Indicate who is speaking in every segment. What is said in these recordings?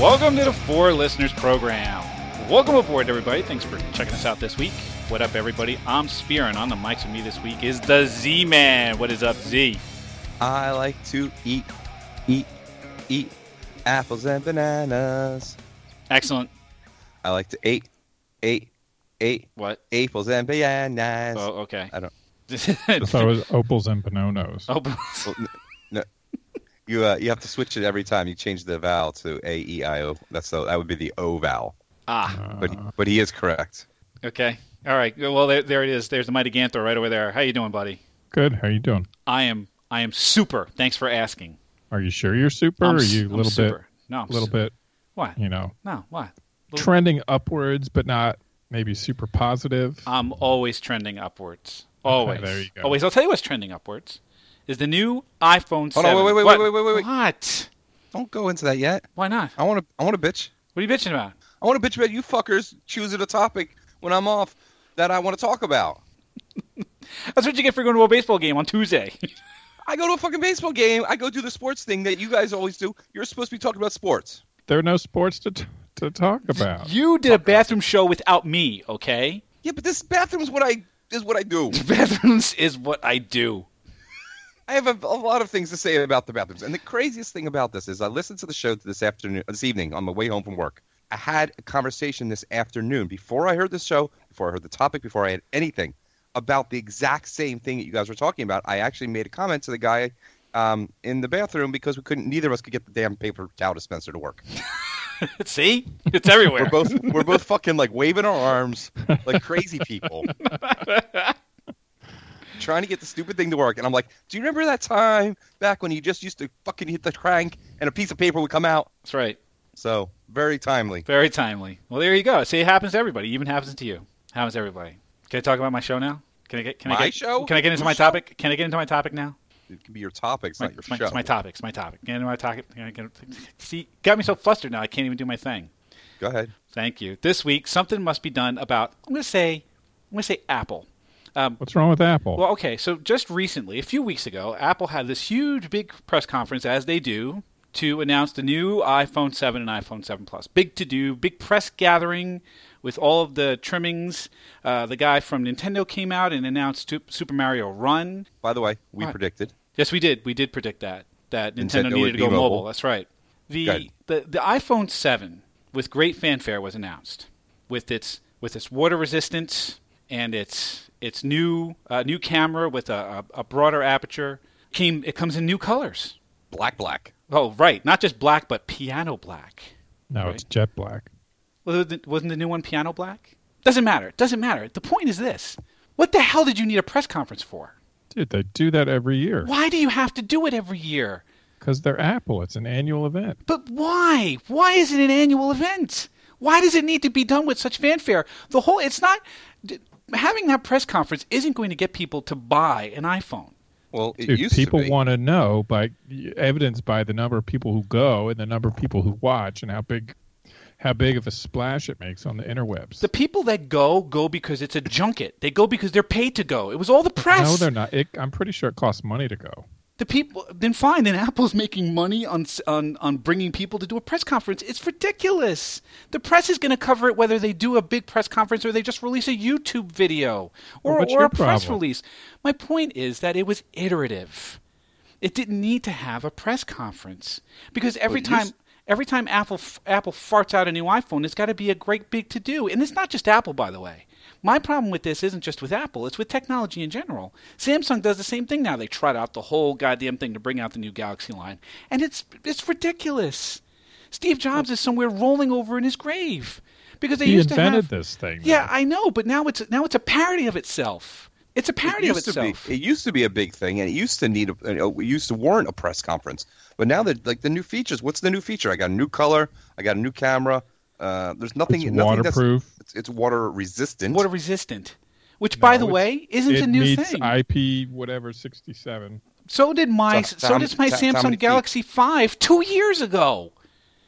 Speaker 1: Welcome to the Four Listeners Program. Welcome aboard, everybody. Thanks for checking us out this week. What up, everybody? I'm Spear, and on the mics with me this week is the Z Man. What is up, Z?
Speaker 2: I like to eat, eat, eat apples and bananas.
Speaker 1: Excellent.
Speaker 2: I like to eat, eat, eat
Speaker 1: What?
Speaker 2: apples and bananas.
Speaker 1: Oh, okay.
Speaker 2: I don't-
Speaker 3: I thought it was opals and panonos.
Speaker 1: oh,
Speaker 2: You uh, you have to switch it every time. You change the vowel to a e i o. That's the, that would be the o vowel.
Speaker 1: ah,
Speaker 3: Uh,
Speaker 2: But but he is correct.
Speaker 1: okay. All right. Well, there, there it is. There's the mighty Ganthor right over there. How you doing, buddy?
Speaker 3: Good. How you doing?
Speaker 1: I am. I am super. Thanks for asking.
Speaker 3: Are you sure you're super?
Speaker 1: I'm,
Speaker 3: or are
Speaker 1: s-
Speaker 3: you
Speaker 1: I'm
Speaker 3: a little
Speaker 1: super. No, I'm
Speaker 3: bit, little
Speaker 1: super.
Speaker 3: bit,
Speaker 1: Why?
Speaker 3: you know,
Speaker 1: No, why? Little-
Speaker 3: trending upwards, but not maybe super positive?
Speaker 1: I'm always trending upwards. Always.
Speaker 3: there you go.
Speaker 1: Always. I'll tell you what's trending upwards is the new iPhone
Speaker 2: Hold on,
Speaker 1: 7.
Speaker 2: wait, wait, wait,
Speaker 1: What?
Speaker 2: wait, wait, wait, wait.
Speaker 1: What?
Speaker 2: Don't go into that yet.
Speaker 1: Why not?
Speaker 2: I want to I want to bitch.
Speaker 1: What are you bitching about?
Speaker 2: I want to bitch about you fuckers choosing a topic when I'm off that I want to talk about.
Speaker 1: That's what you get for going to a baseball game on Tuesday.
Speaker 2: I go to a fucking baseball game. I go do the sports thing that you guys always do. You're supposed to be talking about sports.
Speaker 3: There are no sports to, t- to talk about.
Speaker 1: you did a bathroom show without me, okay?
Speaker 2: Yeah, but this bathroom's what I is what I do.
Speaker 1: Bathrooms is what I do.
Speaker 2: I have a, a lot of things to say about the bathrooms. And the craziest thing about this is I listened to the show this afternoon, this evening on my way home from work. I had a conversation this afternoon before I heard the show, before I heard the topic, before I had anything about the exact same thing that you guys were talking about. I actually made a comment to the guy um, in the bathroom because we couldn't, neither of us could get the damn paper towel dispenser to work.
Speaker 1: See? It's everywhere.
Speaker 2: We're both, we're both fucking like waving our arms like crazy people. trying to get the stupid thing to work. And I'm like, do you remember that time back when you just used to fucking hit the crank and a piece of paper would come out?
Speaker 1: That's right.
Speaker 2: So, very timely.
Speaker 1: Very timely. Well, there you go. See, it happens to everybody. It even happens to you. happens to everybody. Can I talk about my show now? Can I get can I
Speaker 2: My
Speaker 1: get
Speaker 2: show?
Speaker 1: Can I get into
Speaker 2: Your
Speaker 1: my
Speaker 2: show?
Speaker 1: topic? Can I get into my topic now?
Speaker 2: It could be your topic, it's
Speaker 1: my,
Speaker 2: not your
Speaker 1: it's my,
Speaker 2: show.
Speaker 1: it's my topic. It's my topic. Get into my topic. Can I get- See, got me so flustered now. I can't even do my thing.
Speaker 2: Go ahead.
Speaker 1: Thank you. This week, something must be done about. I'm going to say. I'm going to say Apple. Um,
Speaker 3: What's wrong with Apple?
Speaker 1: well, okay. So just recently, a few weeks ago, Apple had this huge, big press conference, as they do, to announce the new iPhone 7 and iPhone 7 Plus. Big to do, big press gathering with all of the trimmings. Uh, the guy from Nintendo came out and announced Tu- Super Mario Run.
Speaker 2: By the way, we
Speaker 1: What?
Speaker 2: predicted.
Speaker 1: Yes, we did. We did predict that that Nintendo,
Speaker 2: Nintendo
Speaker 1: needed
Speaker 2: would
Speaker 1: to
Speaker 2: be
Speaker 1: go mobile.
Speaker 2: mobile.
Speaker 1: That's right. The,
Speaker 2: Good.
Speaker 1: the the iPhone 7 with great fanfare was announced with its with its water resistance and its its new uh, new camera with a, a, a broader aperture. Came it comes in new colors.
Speaker 2: Black, black.
Speaker 1: Oh, right, not just black but piano black.
Speaker 3: no, it's jet black.
Speaker 1: Wasn't the- wasn't the new one piano black? Doesn't matter. Doesn't matter. The point is this: what the hell did you need a press conference for?
Speaker 3: Dude, they do that every year
Speaker 1: Why do you have to do it every year?
Speaker 3: because they're Apple. It's an annual event.
Speaker 1: But why? Why is it an annual event? Why does it need to be done with such fanfare? The whole it's not d- having that press conference isn't going to get people to buy an iPhone.
Speaker 2: Well, it
Speaker 3: Dude,
Speaker 2: used
Speaker 3: people
Speaker 2: to be.
Speaker 3: want to know by evidenced by the number of people who go and the number of people who watch and how big how big of a splash it makes on the interwebs.
Speaker 1: The people that go go because it's a junket. They go because they're paid to go. It was all the press.
Speaker 3: No, they're not. It, I'm pretty sure it costs money to go.
Speaker 1: the people then fine then apple's making money on s- on on bringing people to do a press conference it's ridiculous the press is going to cover it whether they do a big press conference or they just release a youtube video or,
Speaker 3: Well, what's
Speaker 1: or
Speaker 3: your
Speaker 1: a press
Speaker 3: problem?
Speaker 1: release my point is that it was iterative it didn't need to have a press conference because every
Speaker 2: Well,
Speaker 1: time
Speaker 2: you s-
Speaker 1: every time apple f- apple farts out a new iphone it's got to be a great big to do and it's not just apple by the way my problem with this isn't just with apple it's with technology in general samsung does the same thing now they trot out the whole goddamn thing to bring out the new galaxy line and it's it's ridiculous steve jobs is somewhere rolling over in his grave because they
Speaker 3: He
Speaker 1: used to
Speaker 3: invented
Speaker 1: have,
Speaker 3: this thing.
Speaker 1: yeah
Speaker 3: though.
Speaker 1: i know but now it's now it's a parody of itself it's a parody of
Speaker 2: used to
Speaker 1: itself
Speaker 2: Be, it used to be a big thing, and it used to need a, you know, it used to warrant a press conference. But now that like the new features, what's the new feature? I got a new color, I got a new camera. Uh, there's nothing.
Speaker 3: It's
Speaker 2: nothing that's-
Speaker 3: waterproof.
Speaker 2: It's, it's water resistant.
Speaker 1: water resistant which by
Speaker 3: No,
Speaker 1: the
Speaker 3: it's-
Speaker 1: way isn't
Speaker 3: it
Speaker 1: a new
Speaker 3: meets
Speaker 1: thing
Speaker 3: IP whatever 67.
Speaker 1: So did my
Speaker 2: So-
Speaker 1: so
Speaker 2: so how
Speaker 1: does my
Speaker 2: many- so- so how
Speaker 1: Samsung
Speaker 2: many feet?
Speaker 1: Galaxy Five two years ago.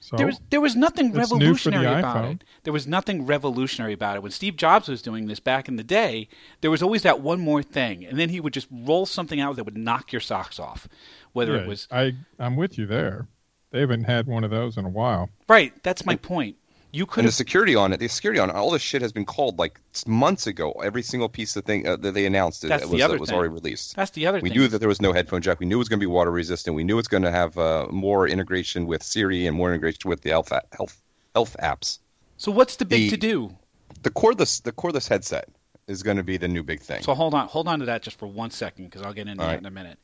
Speaker 3: So
Speaker 1: There was there was nothing
Speaker 3: Oh. It's new for the
Speaker 1: revolutionary about
Speaker 3: iPhone.
Speaker 1: it. There was nothing revolutionary about it. When Steve Jobs was doing this back in the day, there was always that one more thing, and then he would just roll something out that would knock your socks off. Whether
Speaker 3: yeah,
Speaker 1: it was
Speaker 3: I I'm with you there. They haven't had one of those in a while.
Speaker 1: Right. That's my point. You could
Speaker 2: and the
Speaker 1: have.
Speaker 2: security on it, the security on it, all this shit has been called like months ago. Every single piece of thing uh, that they announced it,
Speaker 1: That's
Speaker 2: it
Speaker 1: the
Speaker 2: was,
Speaker 1: other
Speaker 2: it was
Speaker 1: thing.
Speaker 2: already released.
Speaker 1: That's the other
Speaker 2: We
Speaker 1: thing.
Speaker 2: knew that there was no headphone jack. We knew it was going to be water resistant. We knew it's going to have uh, more integration with Siri and more integration with the Elf Elf Elf apps.
Speaker 1: So what's the big
Speaker 2: the-
Speaker 1: to do?
Speaker 2: The cordless the cordless headset is going to be the new big thing.
Speaker 1: So hold on, hold on to that just for one second because I'll get into
Speaker 2: All
Speaker 1: that
Speaker 2: right.
Speaker 1: in a minute.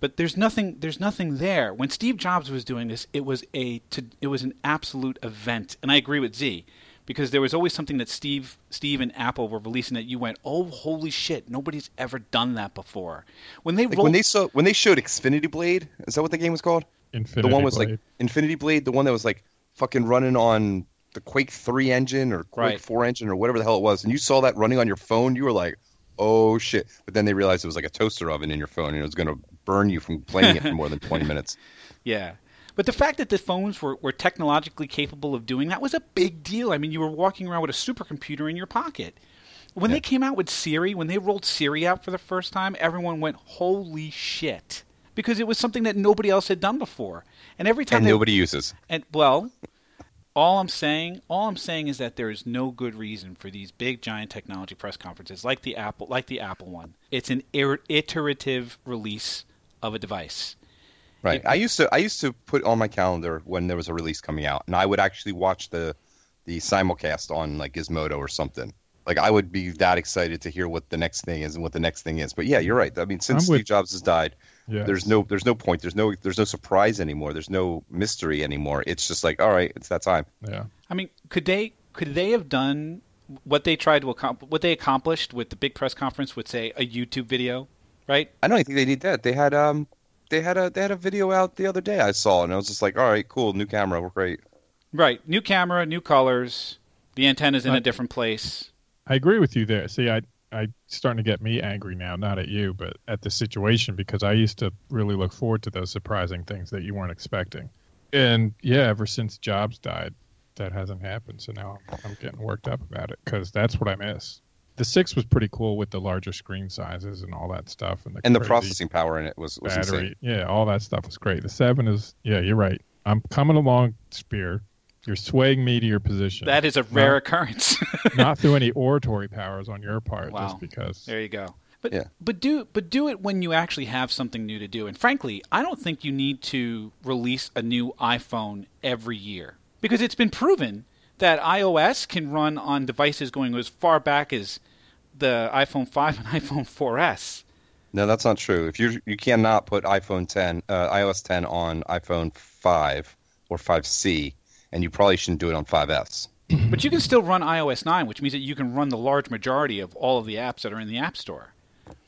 Speaker 1: But there's nothing, there's nothing there. When Steve Jobs was doing this, it was a, to, it was an absolute event, and I agree with Z because there was always something that Steve, Steve and Apple were releasing that you went, oh holy shit, nobody's ever done that before. When they
Speaker 2: like
Speaker 1: rolled,
Speaker 2: when they saw when they showed Xfinity Blade, is that what the game was called?
Speaker 3: Infinity
Speaker 2: the one was
Speaker 3: Blade.
Speaker 2: like Infinity Blade, the one that was like fucking running on the Quake Three engine or Quake
Speaker 1: Right.
Speaker 2: Four engine or whatever the hell it was, and you saw that running on your phone, you were like, "Oh shit!" But then they realized it was like a toaster oven in your phone, and it was going to burn you from playing it for more than twenty minutes.
Speaker 1: Yeah. But the fact that the phones were, were technologically capable of doing that was a big deal. I mean, you were walking around with a supercomputer in your pocket. When they
Speaker 2: Yeah.
Speaker 1: came out with Siri, when they rolled Siri out for the first time, everyone went, holy shit. Because it was something that nobody else had done before. And every time
Speaker 2: And
Speaker 1: they,
Speaker 2: nobody uses.
Speaker 1: and well, all I'm saying, all I'm saying is that there is no good reason for these big giant technology press conferences like the Apple, like the Apple one. It's an ir- iterative release of a device.
Speaker 2: Right. I used to I used to put on my calendar when there was a release coming out, and I would actually watch the the simulcast on like Gizmodo or something. Like I would be that excited to hear what the next thing is and what the next thing is. But yeah, you're right. I mean, since
Speaker 3: I'm with-
Speaker 2: Steve Jobs has died,
Speaker 3: Yes.
Speaker 2: there's no there's no point. There's no there's no surprise anymore. There's no mystery anymore. It's just like all right, it's that time.
Speaker 3: Yeah.
Speaker 1: I mean, could they could they have done what they tried to accomplish? What they accomplished with the big press conference with, say, a YouTube video, right?
Speaker 2: I don't think they need that. They had um they had a they had a video out the other day I saw, and I was just like, all right, cool, new camera, we're great.
Speaker 1: Right. New camera, new colors. The antenna's in
Speaker 3: Uh,
Speaker 1: a different place.
Speaker 3: I agree with you there. See, I I starting to get me angry now, not at you, but at the situation because I used to really look forward to those surprising things that you weren't expecting. And yeah, ever since Jobs died, that hasn't happened. So now I'm, I'm getting worked up about it because that's what I miss. The six was pretty cool with the larger screen sizes and all that stuff, and the
Speaker 2: And the
Speaker 3: crazy
Speaker 2: processing power in it was was
Speaker 3: battery,
Speaker 2: insane.
Speaker 3: yeah, all that stuff was great. The seven is, yeah, you're right. I'm coming along, Spear. You're swaying me to your position
Speaker 1: That is a rare occurrence.
Speaker 3: not through any oratory powers on your part,
Speaker 1: Wow.
Speaker 3: just because.
Speaker 1: there you go. But
Speaker 2: Yeah.
Speaker 1: but do but do it when you actually have something new to do. And frankly, I don't think you need to release a new iPhone every year because it's been proven that iOS can run on devices going as far back as the iPhone 5 and iPhone 4S.
Speaker 2: No, that's not true. If you you cannot put iPhone 10, uh, iOS 10 on iPhone 5 or 5C, and you probably shouldn't do it on 5S.
Speaker 1: But you can still run iOS 9, which means that you can run the large majority of all of the apps that are in the App Store.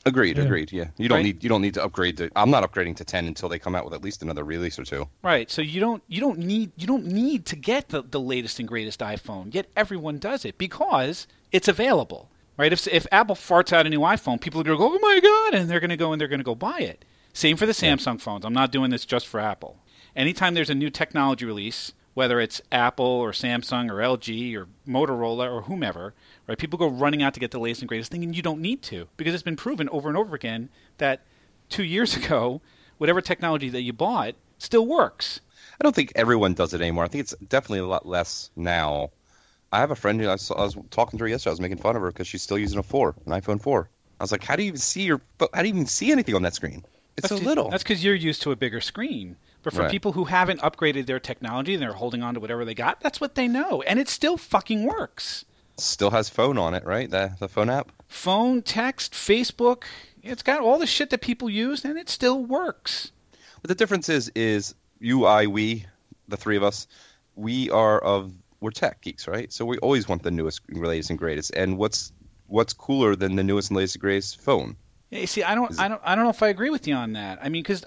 Speaker 2: Agreed,
Speaker 3: Yeah.
Speaker 2: agreed. Yeah, you don't
Speaker 1: Right.
Speaker 2: need you don't need to upgrade to. I'm not upgrading to 10 until they come out with at least another release or two.
Speaker 1: Right. So you don't you don't need you don't need to get the, the latest and greatest iPhone. Yet everyone does it because it's available. Right? If if Apple farts out a new iPhone, people are going to go, "Oh my god," and they're going to go and they're going to go buy it. Same for the Samsung phones. I'm not doing this just for Apple. Anytime there's a new technology release, whether it's Apple or Samsung or LG or Motorola or whomever, right? People go running out to get the latest and greatest thing and you don't need to because it's been proven over and over again that 2 years ago, whatever technology that you bought still works.
Speaker 2: I don't think everyone does it anymore. I think it's definitely a lot less now. I have a friend who I, saw, I was talking to her yesterday. I was making fun of her because she's still using a four, an iPhone four. I was like, "How do you even see your? pho- How do you even see anything on that screen? It's so
Speaker 1: ju-
Speaker 2: little."
Speaker 1: That's because you're used to a bigger screen. But for
Speaker 2: Right.
Speaker 1: people who haven't upgraded their technology and they're holding on to whatever they got, that's what they know, and it still fucking works.
Speaker 2: Still has phone on it, right? The the phone app.
Speaker 1: Phone, text, Facebook, it's got all the shit that people use, and it still works.
Speaker 2: But the difference is, is you, I, we, the three of us, we are of we're tech geeks, right? So we always want the newest, latest, and greatest. And what's what's cooler than the newest and latest and greatest phone?
Speaker 1: Yeah, You see, I don't,
Speaker 2: Is
Speaker 1: I don't, I don't know if I agree with you on that. I mean, because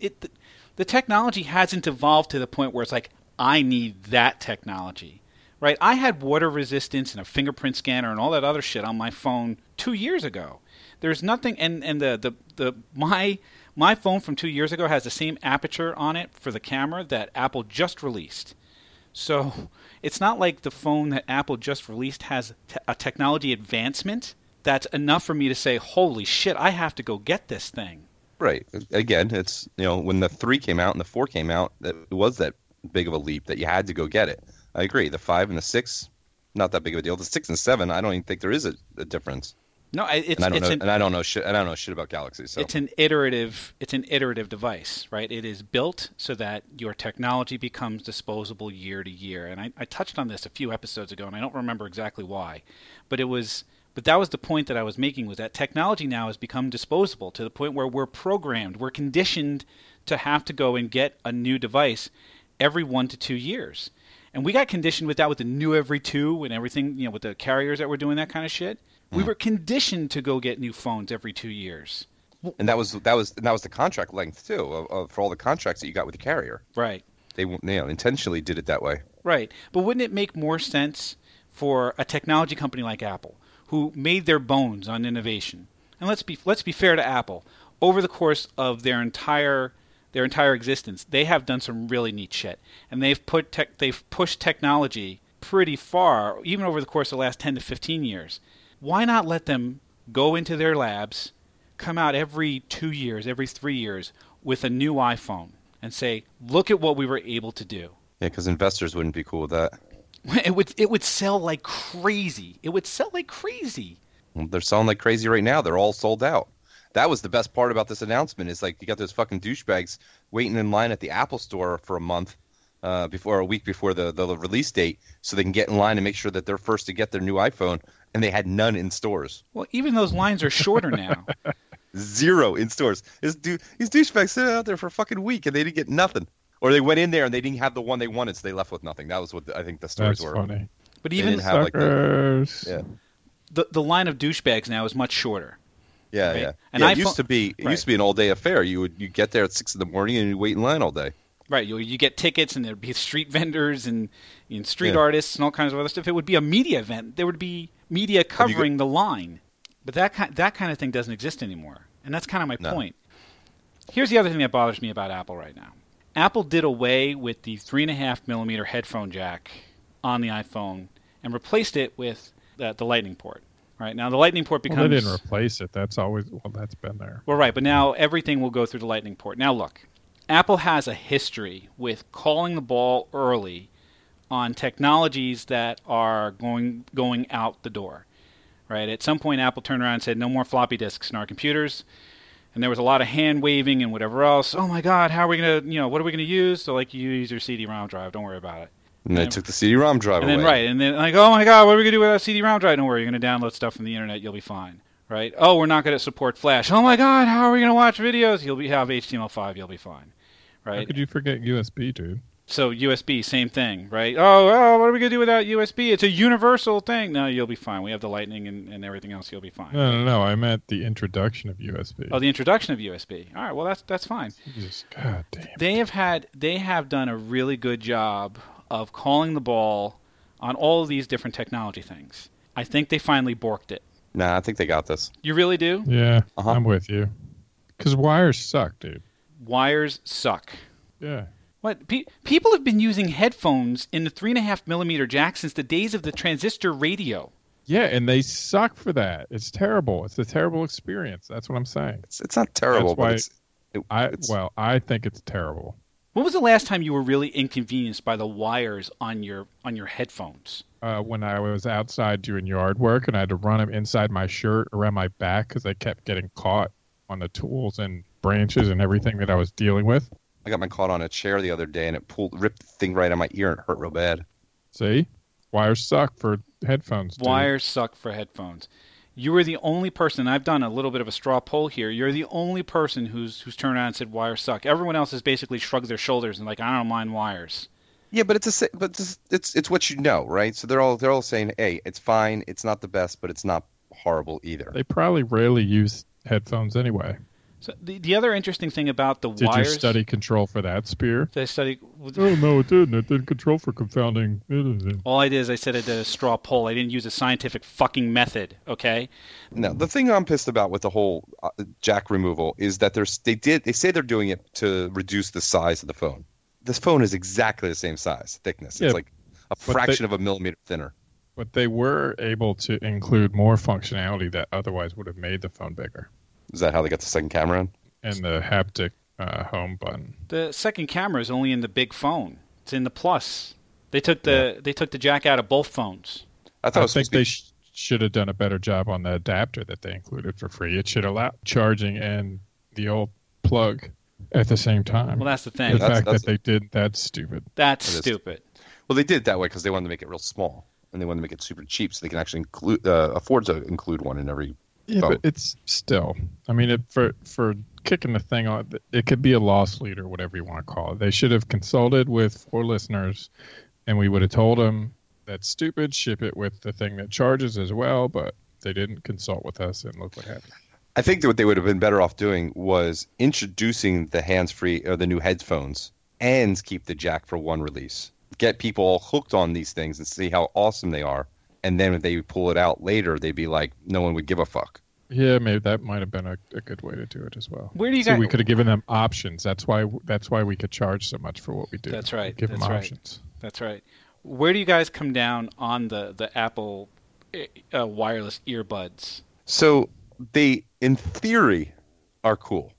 Speaker 1: it, the, the technology hasn't evolved to the point where it's like I need that technology, right? I had water resistance and a fingerprint scanner and all that other shit on my phone two years ago. There's nothing, and and the the, the my my phone from two years ago has the same aperture on it for the camera that Apple just released. So it's not like the phone that Apple just released has te- a technology advancement that's enough for me to say, holy shit, I have to go get this thing.
Speaker 2: Right. Again, it's you know when the three came out and the four came out, it was that big of a leap that you had to go get it. I agree. The five and the six, not that big of a deal. The six and seven, I don't even think there is a, a difference.
Speaker 1: No, I- it's
Speaker 2: And I don't
Speaker 1: it's
Speaker 2: know.
Speaker 1: an,
Speaker 2: and I don't know shit. And I don't know shit about Galaxy. So
Speaker 1: it's an iterative it's an iterative device, right? It is built so that your technology becomes disposable year to year. And I, I touched on this a few episodes ago, and I don't remember exactly why, but it was but that was the point that I was making was that technology now has become disposable to the point where we're programmed, we're conditioned to have to go and get a new device every one to two years. And we got conditioned with that with the new every two and everything, you know, with the carriers that were doing that kind of shit. We were conditioned to go get new phones every two years.
Speaker 2: and that was that was and that was the contract length too of, of, for all the contracts that you got with the carrier.
Speaker 1: Right.
Speaker 2: They you know, intentionally did it that way.
Speaker 1: Right. But wouldn't it make more sense for a technology company like Apple, who made their bones on innovation? And let's be let's be fair to Apple. Over the course of their entire their entire existence, they have done some really neat shit, and they've put tech, they've pushed technology pretty far, even over the course of the last ten to fifteen years. Why not let them go into their labs, come out every two years, every three years, with a new iPhone, and say, "Look at what we were able to do."
Speaker 2: Yeah, because investors wouldn't be cool with that.
Speaker 1: It would it would sell like crazy. It would sell like crazy.
Speaker 2: Well, They're selling like crazy right now. They're all sold out. That was the best part about this announcement is like you got those fucking douchebags waiting in line at the Apple store for a month uh, before a week before the, the release date so they can get in line and make sure that they're first to get their new iPhone and they had none in stores.
Speaker 1: Well, even those lines are shorter now.
Speaker 2: Zero in stores. This du- these douchebags sitting out there for a fucking week and they didn't get nothing. Or they went in there and they didn't have the one they wanted, so they left with nothing. That was what the, I think the stories
Speaker 3: That's
Speaker 2: were.
Speaker 3: funny.
Speaker 1: But
Speaker 2: They
Speaker 1: even
Speaker 2: didn't have like the,
Speaker 3: Suckers.
Speaker 2: yeah.
Speaker 1: the, the line of douchebags now is much shorter.
Speaker 2: Yeah,
Speaker 1: Right?
Speaker 2: yeah.
Speaker 1: And
Speaker 2: yeah,
Speaker 1: I
Speaker 2: it
Speaker 1: fo-
Speaker 2: used to be it
Speaker 1: right.
Speaker 2: used to be an all day affair. You would you get there at six in the morning and you wait in line all day.
Speaker 1: Right, you you get tickets and there'd be street vendors and, and street
Speaker 2: Yeah.
Speaker 1: artists and all kinds of other stuff. It would be a media event. There would be media
Speaker 2: you
Speaker 1: covering the line. But that kind that kind of thing doesn't exist anymore. And that's kind of my
Speaker 2: No.
Speaker 1: point. Here's the other thing that bothers me about Apple right now. Apple did away with the three and a half millimeter headphone jack on the iPhone and replaced it with the, the Lightning port. Right now, the Lightning port becomes
Speaker 3: Well, they didn't replace it. That's always well. That's been there.
Speaker 1: well, right, but now everything will go through the lightning port. Now, look, Apple has a history with calling the ball early on technologies that are going going out the door. Right? At some point, Apple turned around and said, "No more floppy disks in our computers." And there was a lot of hand waving and whatever else. Oh my God, how are we gonna, you know, what are we gonna use? So like, you use your CD-ROM drive. Don't worry about it.
Speaker 2: And they
Speaker 1: And-
Speaker 2: took the CD-ROM drive
Speaker 1: And then
Speaker 2: away.
Speaker 1: right, and then like, oh my god, what are we gonna do without CD-ROM drive? Don't worry, you're gonna download stuff from the internet. You'll be fine, right? Oh, we're not gonna support Flash. Oh my god, how are we gonna watch videos? You'll be have HTML5. You'll be fine,
Speaker 3: How
Speaker 1: right?
Speaker 3: could you forget USB, dude?
Speaker 1: So USB, same thing, right? Oh, oh, what are we gonna do without USB? It's a universal thing. No, you'll be fine. We have the Lightning and, and everything else. You'll be fine.
Speaker 3: No, no, no. I meant the introduction of USB.
Speaker 1: Oh, the introduction of USB. All right, well that's that's fine.
Speaker 3: Jesus, God damn.
Speaker 1: they have had they have done a really good job of calling the ball on all of these different technology things. I think they finally borked it.
Speaker 2: Nah, I think they got this.
Speaker 1: You really do?
Speaker 3: Yeah,
Speaker 2: Uh-huh.
Speaker 3: I'm with you. Because wires suck, dude.
Speaker 1: Wires suck.
Speaker 3: Yeah.
Speaker 1: What pe- people have been using headphones in the three and a half millimeter jack since the days of the transistor radio.
Speaker 3: Yeah, and they suck for that. It's terrible. It's a terrible experience. That's what I'm saying.
Speaker 2: It's, it's not terrible,
Speaker 3: That's why-
Speaker 2: but it's, it-
Speaker 3: I
Speaker 2: it's-
Speaker 3: well, I think it's terrible.
Speaker 1: When was the last time you were really inconvenienced by the wires on your on your headphones?
Speaker 3: Uh, when I was outside doing yard work and I had to run them inside my shirt around my back because they kept getting caught on the tools and branches and everything that I was dealing with.
Speaker 2: I got my caught on a chair the other day and it pulled ripped the thing right on my ear and it hurt real bad.
Speaker 3: See, wires suck for headphones. Dude.
Speaker 1: Wires suck for headphones. You were the only person. I've done a little bit of a straw poll here. You're the only person who's who's turned around and said wires suck. Everyone else has basically shrugged their shoulders and like I don't mind wires.
Speaker 2: Yeah, but it's a sa- but it's it's, it's what you know, right? So they're all they're all saying, hey, it's fine. It's not the best, but it's not horrible either.
Speaker 3: They probably rarely use headphones anyway.
Speaker 1: So the, the other interesting thing about the
Speaker 3: Did
Speaker 1: wires
Speaker 3: you study control for that spear?
Speaker 1: Did I study
Speaker 3: Oh no, it didn't. It didn't control for confounding.
Speaker 1: All I did is I said I did a straw poll. I didn't use a scientific fucking method. Okay.
Speaker 2: No, the thing I'm pissed about with the whole uh, jack removal is that there's they did they say they're doing it to reduce the size of the phone. This phone is exactly the same size, thickness.
Speaker 3: Yeah,
Speaker 2: it's like a
Speaker 3: they-
Speaker 2: fraction of a millimeter thinner.
Speaker 3: But they were able to include more functionality that otherwise would have made the phone bigger
Speaker 2: Is that how they got the second camera in?
Speaker 3: and the haptic uh, home button.
Speaker 1: The second camera is only in the big phone. It's in the plus. They took the they took the jack out of both phones.
Speaker 2: I thought it
Speaker 3: I
Speaker 2: was
Speaker 3: think
Speaker 2: supposed to
Speaker 3: they sh- should have done a better job on the adapter that they included for free. It should allow charging and the old plug at the same time.
Speaker 1: Well, that's the
Speaker 3: the
Speaker 1: thing.
Speaker 2: That's-
Speaker 3: fact
Speaker 2: that's-
Speaker 3: that they did that's stupid.
Speaker 1: That's
Speaker 2: That is-
Speaker 1: stupid.
Speaker 2: be, well, they did it that way because they wanted to make it real small and they wanted to make it super cheap so they can actually include uh, afford to include one in every.
Speaker 3: Yeah,
Speaker 2: phone.
Speaker 3: but it's still. I mean, it, for for kicking the thing on, it could be a loss leader, whatever you want to call it. They should have consulted with four listeners, and we would have told them that's stupid. Ship it with the thing that charges as well, but they didn't consult with us, and look what happened.
Speaker 2: I think that what they would have been better off doing was introducing the hands-free or the new headphones and keep the jack for one release. Get people all hooked on these things and see how awesome they are. And then if they pull it out later, they'd be like, no one would give a fuck.
Speaker 3: Yeah, maybe that might have been a, a good way to do it as well.
Speaker 1: Where do you
Speaker 3: so
Speaker 1: guys?
Speaker 3: we could have given them options. That's why that's why we could charge so much for what we do.
Speaker 1: That's right.
Speaker 3: Give
Speaker 1: That's
Speaker 3: them
Speaker 1: right.
Speaker 3: options.
Speaker 1: That's right. Where do you guys come down on the the Apple eh, uh, wireless earbuds?
Speaker 2: So they, in theory, are cool.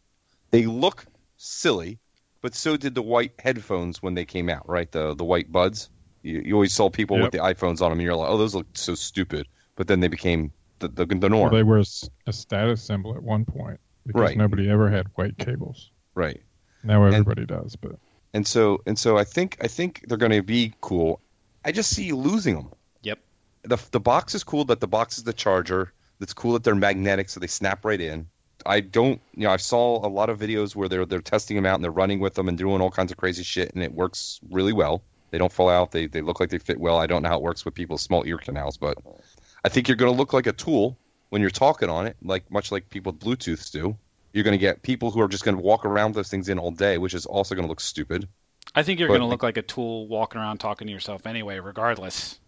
Speaker 2: They look silly, but so did the white headphones when they came out, right? The the white buds. You, you always saw people with the iPhones on them, and you're like, oh, those look so stupid. But then they became the the, the norm,
Speaker 3: Well, they were a, s- a status symbol at one point because
Speaker 2: Right.
Speaker 3: nobody ever had white cables.
Speaker 2: right?
Speaker 3: Now everybody does, but
Speaker 2: And so and so, I think I think they're going to be cool. I just see you losing them.
Speaker 1: Yep.
Speaker 2: The the box is cool that the box is the charger. That's cool that they're magnetic, so they snap right in. I don't, you know, I saw a lot of videos where they're they're testing them out and they're running with them and doing all kinds of crazy shit, and it works really well. They don't fall out. They they look like they fit well. I don't know how it works with people's small ear canals, but I think you're going to look like a tool when you're talking on it, like much like people with Bluetooths do. You're going to get people who are just going to walk around with those things in all day, which is also going to look stupid.
Speaker 1: I think you're
Speaker 2: But-
Speaker 1: going to look like a tool walking around talking to yourself anyway, regardless.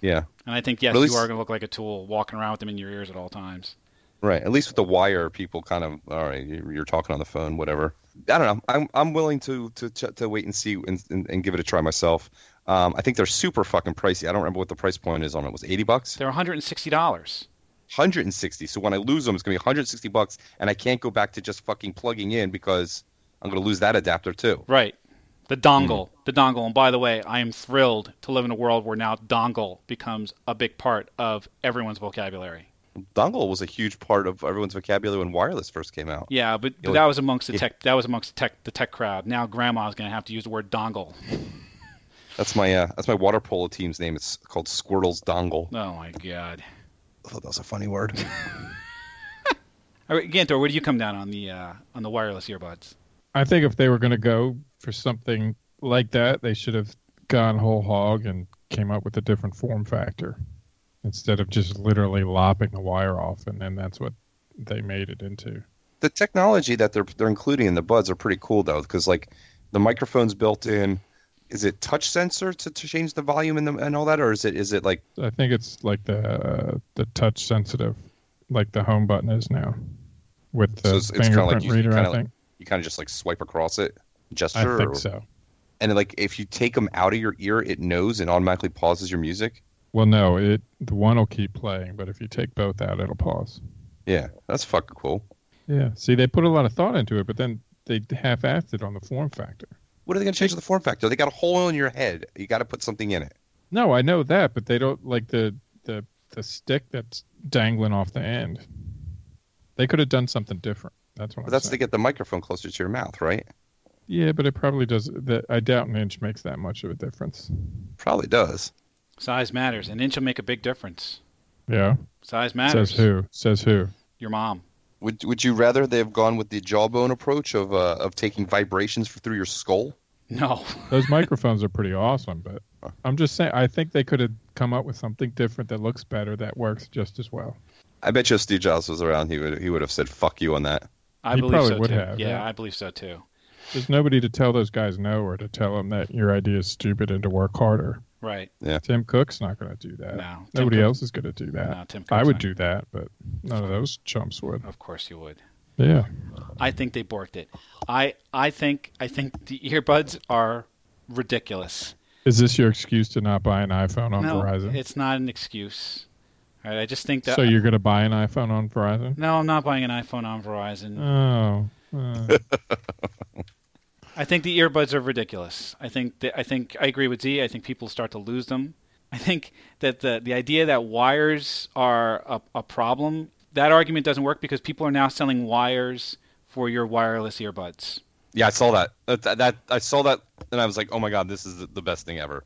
Speaker 2: Yeah.
Speaker 1: And I think yes,
Speaker 2: At least-
Speaker 1: you are going to look like a tool walking around with them in your ears at all times.
Speaker 2: Right. At least with the wire, people kind of all right. You're you're talking on the phone, whatever. I don't know. I'm I'm willing to to ch- to wait and see and, and, and give it a try myself. Um, I think they're super fucking pricey. I don't remember what the price point is on it. Was it eighty bucks?
Speaker 1: They're 160 dollars.
Speaker 2: Hundred and sixty. So when I lose them, it's gonna be hundred and sixty bucks, and I can't go back to just fucking plugging in because I'm gonna lose that adapter too.
Speaker 1: Right. The dongle.
Speaker 3: Mm-hmm.
Speaker 1: The dongle. And by the way, I am thrilled to live in a world where now dongle becomes a big part of everyone's vocabulary.
Speaker 2: Dongle was a huge part of everyone's vocabulary when wireless first came out.
Speaker 1: Yeah, but, but
Speaker 2: Yo-
Speaker 1: that was amongst the
Speaker 2: yeah.
Speaker 1: tech that was amongst the tech the tech crowd. Now grandma's gonna have to use the word dongle.
Speaker 2: That's my uh, that's my water polo team's name. It's called Squirtle's Dongle.
Speaker 1: Oh my god.
Speaker 2: I thought that was a funny word.
Speaker 1: All right, Gantor, where do you come down on the uh, on the wireless earbuds?
Speaker 3: I think if they were going to go for something like that, they should have gone whole hog and came up with a different form factor instead of just literally lopping the wire off, and then that's what they made it into.
Speaker 2: the technology that they're they're including in the buds are pretty cool though because like the microphone's built in is it touch sensor to, to change the volume and, the, and all that or is it is it like
Speaker 3: I think it's like the uh, the touch sensitive, like the home button is now, with
Speaker 2: So
Speaker 3: the
Speaker 2: it's- it's kinda like
Speaker 3: fingerprint
Speaker 2: you-
Speaker 3: reader.
Speaker 2: kinda
Speaker 3: I
Speaker 2: like
Speaker 3: think.
Speaker 2: you kind of just like swipe across it
Speaker 3: I
Speaker 2: gesture
Speaker 3: think
Speaker 2: or-
Speaker 3: so.
Speaker 2: and like if you take them out of your ear it knows and automatically pauses your music
Speaker 3: Well, no, it the one will keep playing, but if you take both out, it'll pause.
Speaker 2: yeah that's fucking cool
Speaker 3: Yeah. See, they put a lot of thought into it, but then they half-assed it on the form factor.
Speaker 2: what are they going to change the form factor they got a hole in your head you got to put something in it
Speaker 3: No, I know that, but they don't like the the the stick that's dangling off the end. They could have done something different. That's what
Speaker 2: but
Speaker 3: I'm
Speaker 2: that's to
Speaker 3: saying.
Speaker 2: get the microphone closer to your mouth right
Speaker 3: yeah, but it probably does. The, I doubt an inch makes that much of a difference.
Speaker 2: probably does
Speaker 1: Size matters. An inch will make a big difference.
Speaker 3: Yeah.
Speaker 1: Size matters.
Speaker 3: Says who? Says who?
Speaker 1: Your mom.
Speaker 2: would, would you rather they've gone with the jawbone approach of uh, of taking vibrations through your skull
Speaker 1: No.
Speaker 3: Those microphones are pretty awesome, but I'm just saying. I think they could have come up with something different that looks better, that works just as well.
Speaker 2: I bet you if Steve Jobs was around, he would he would have said "fuck you" on that.
Speaker 1: I
Speaker 3: You
Speaker 1: believe
Speaker 3: probably
Speaker 1: so
Speaker 3: would
Speaker 1: too.
Speaker 3: have,
Speaker 1: yeah,
Speaker 3: yeah.
Speaker 1: I believe so too.
Speaker 3: There's nobody to tell those guys no or to tell them that your idea is stupid and to work harder.
Speaker 1: Right.
Speaker 3: Tim Cook's not going to do that.
Speaker 1: No. Tim
Speaker 3: Uh, Nobody
Speaker 1: Cook-
Speaker 3: else is going to do that.
Speaker 1: No, Tim
Speaker 3: I
Speaker 1: Cook's
Speaker 3: would
Speaker 1: not-
Speaker 3: do that, but none of those chumps would.
Speaker 1: Of course you would.
Speaker 3: Yeah.
Speaker 1: I think they borked it. I I think I think the earbuds are ridiculous.
Speaker 3: Is this your excuse to not buy an iPhone on
Speaker 1: no,
Speaker 3: Verizon?
Speaker 1: it's not an excuse. All right, I just think that.
Speaker 3: so you're going to buy an iPhone on Verizon? uh,
Speaker 1: no, I'm not buying an iPhone on Verizon.
Speaker 3: Oh. uh,
Speaker 1: I think the earbuds are ridiculous. I think that, I think I agree with Z. I think people start to lose them. I think that the the idea that wires are a, a problem that argument doesn't work because people are now selling wires for your wireless earbuds.
Speaker 2: Yeah, I saw that. That, that, that- I saw that, and I was like, "Oh my god, this is the- the best thing ever."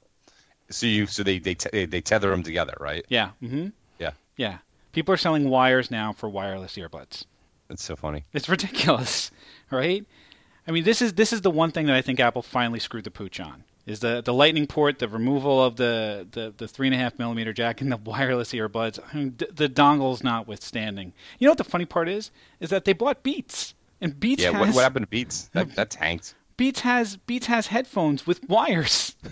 Speaker 2: So you, so they they te- they tether them together, right?
Speaker 1: Yeah. Mm-hmm.
Speaker 2: Yeah.
Speaker 1: Yeah. People are selling wires now for wireless earbuds.
Speaker 2: That's so funny.
Speaker 1: It's ridiculous, right? I mean, this is this is the one thing that I think Apple finally screwed the pooch on is the the lightning port, the removal of the the, the three and a half millimeter jack, and the wireless earbuds. I mean, d- the dongles notwithstanding. You know what the funny part is? Is that they bought Beats, and Beats
Speaker 2: Yeah,
Speaker 1: has
Speaker 2: what, what happened to Beats? That, that tanked.
Speaker 1: Beats has Beats has headphones with wires.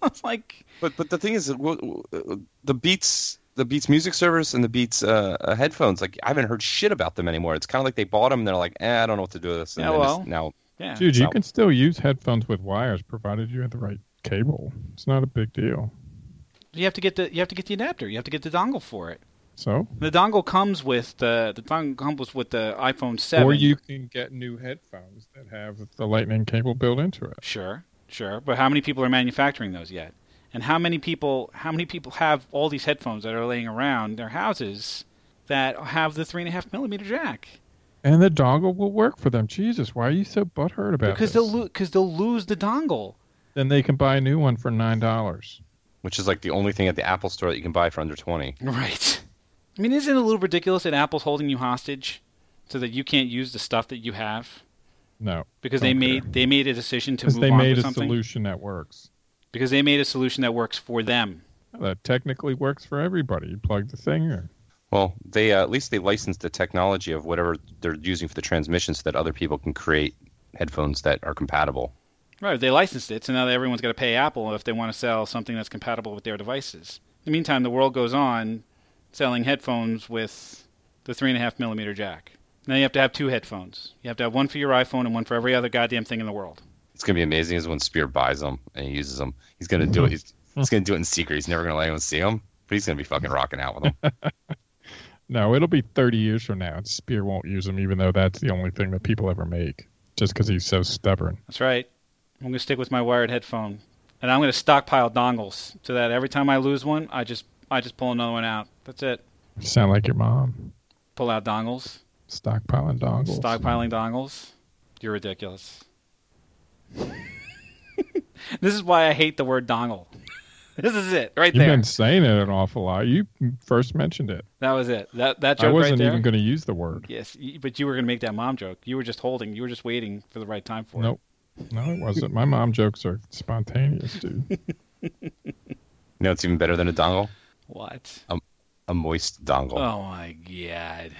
Speaker 1: Sounds like
Speaker 2: But but the thing is, that w- w- the Beats the Beats music service and the Beats uh, uh, headphones, like I haven't heard shit about them anymore. It's kind of like they bought them and they're like, eh, I don't know what to do with this. And
Speaker 1: Yeah,
Speaker 2: then it's
Speaker 1: well.
Speaker 2: now
Speaker 1: yeah.
Speaker 3: Dude, you
Speaker 2: so-
Speaker 3: can still use headphones with wires provided you have the right cable. It's not a big deal.
Speaker 1: You have to get the you have to get the adapter. You have to get the dongle for it.
Speaker 3: So,
Speaker 1: The dongle comes with the the dongle comes with the iPhone seven.
Speaker 3: or you can get new headphones that have the lightning cable built into it.
Speaker 1: Sure, sure. But how many people are manufacturing those yet? And how many people how many people have all these headphones that are laying around their houses that have the three and a half millimeter jack?
Speaker 3: And the dongle will work for them. Jesus, why are you so butthurt about
Speaker 1: Because
Speaker 3: this?
Speaker 1: they'll because they'll lose the dongle.
Speaker 3: then they can buy a new one for nine dollars.
Speaker 2: which is like the only thing at the Apple store that you can buy for under twenty.
Speaker 1: Right. I mean, isn't it a little ridiculous that Apple's holding you hostage so that you can't use the stuff that you have
Speaker 3: No,
Speaker 1: because they
Speaker 3: Don't care.
Speaker 1: made they made a decision to
Speaker 3: because
Speaker 1: move
Speaker 3: they
Speaker 1: on
Speaker 3: made
Speaker 1: to
Speaker 3: a
Speaker 1: something
Speaker 3: solution that works.
Speaker 1: because they made a solution that works for them.
Speaker 3: That technically works for everybody. You plug the thing in.
Speaker 2: Well, they uh, at least they licensed the technology of whatever they're using for the transmission, so that other people can create headphones that are compatible.
Speaker 1: Right, they licensed it, so now everyone's got to pay Apple if they want to sell something that's compatible with their devices. In the meantime, the world goes on selling headphones with the three and a half millimeter jack. Now you have to have two headphones. You have to have one for your iPhone and one for every other goddamn thing in the world.
Speaker 2: It's gonna be amazing is when Spear buys them and he uses them. He's gonna do it. He's, he's gonna do it in secret. He's never gonna let anyone see him, but he's gonna be fucking rocking out with them.
Speaker 3: No, it'll be thirty years from now, and Spear won't use them, even though that's the only thing that people ever make, just because he's so stubborn.
Speaker 1: That's right. I'm going to stick with my wired headphone, and I'm going to stockpile dongles so that every time I lose one, I just I just pull another one out. That's it.
Speaker 3: You sound like your mom,
Speaker 1: Pull out dongles,
Speaker 3: stockpiling dongles.
Speaker 1: stockpiling dongles. You're ridiculous. this is why I hate the word dongle. This is it right
Speaker 3: You've
Speaker 1: there.
Speaker 3: been saying it an awful lot. You first mentioned it.
Speaker 1: That was it. That that
Speaker 3: I
Speaker 1: joke
Speaker 3: wasn't
Speaker 1: right there.
Speaker 3: even going to use the word.
Speaker 1: yes, y- but you were going to make that mom joke. You were just holding. You were just waiting for the right time for
Speaker 3: Nope. No, it wasn't. My mom jokes are spontaneous, dude.
Speaker 2: You know, it's even better than a dongle,
Speaker 1: it. What?
Speaker 2: a moist dongle.
Speaker 1: Oh my god.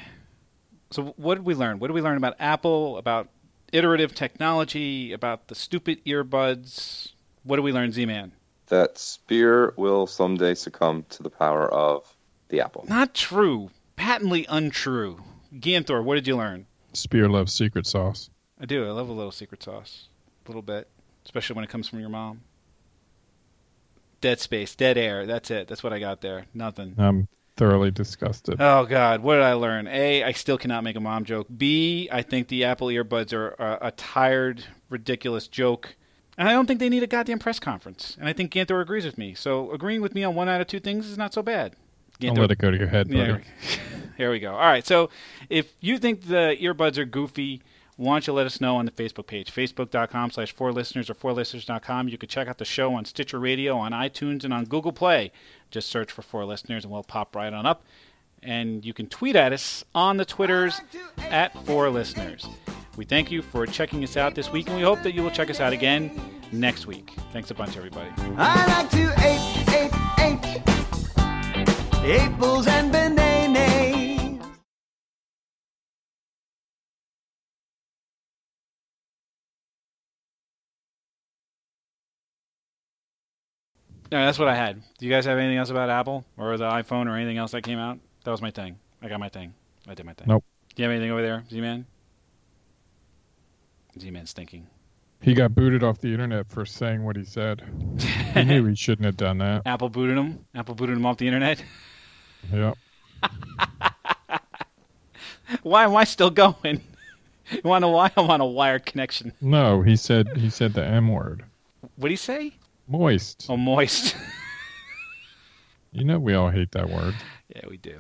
Speaker 1: So what did we learn? What did we learn about Apple, about iterative technology, about the stupid earbuds? What did we learn, Z-Man?
Speaker 4: that Spear will someday succumb to the power of the apple.
Speaker 1: Not true. Patently untrue. Ganthor, what did you learn?
Speaker 3: Spear loves secret sauce.
Speaker 1: I do. I love a little secret sauce. A little bit. Especially when it comes from your mom. Dead space, dead air. That's it. That's what I got there. Nothing.
Speaker 3: I'm thoroughly disgusted.
Speaker 1: Oh God, what did I learn? A, I still cannot make a mom joke. B, I think the Apple earbuds are a, a tired, ridiculous joke, and I don't think they need a goddamn press conference. And I think Ganthor agrees with me. So agreeing with me on one out of two things is not so bad.
Speaker 3: Don't
Speaker 1: Ganthor,
Speaker 3: let it go to your head, buddy.
Speaker 1: yeah, there, we, here we go. All right, so if you think the earbuds are goofy, why don't you let us know on the Facebook page, facebook.com slash 4listeners or 4listeners.com. You can check out the show on Stitcher Radio, on iTunes, and on Google Play. Just search for 4listeners and we'll pop right on up. And you can tweet at us on the Twitters at 4listeners. We thank you for checking us out this week, and we hope that you will check us out again next week. Thanks a bunch, everybody.
Speaker 5: I like to ape, ape, ape. Apples and bananas.
Speaker 1: No, that's what I had. Do you guys have anything else about Apple or the iPhone or anything else that came out? That was my thing. I got my thing. I did my thing.
Speaker 3: Nope.
Speaker 1: Do you have anything over there, Z Man? Z Man's thinking.
Speaker 3: He got booted off the internet for saying what he said. He knew he shouldn't have done that.
Speaker 1: Apple booted him. Apple booted him off the internet.
Speaker 3: Yep.
Speaker 1: Why am I still going? You want to why? I want a wire connection.
Speaker 3: No, he said he said the M word.
Speaker 1: What do you say?
Speaker 3: Moist.
Speaker 1: Oh, moist.
Speaker 3: You know we all hate that word.
Speaker 1: yeah, we do.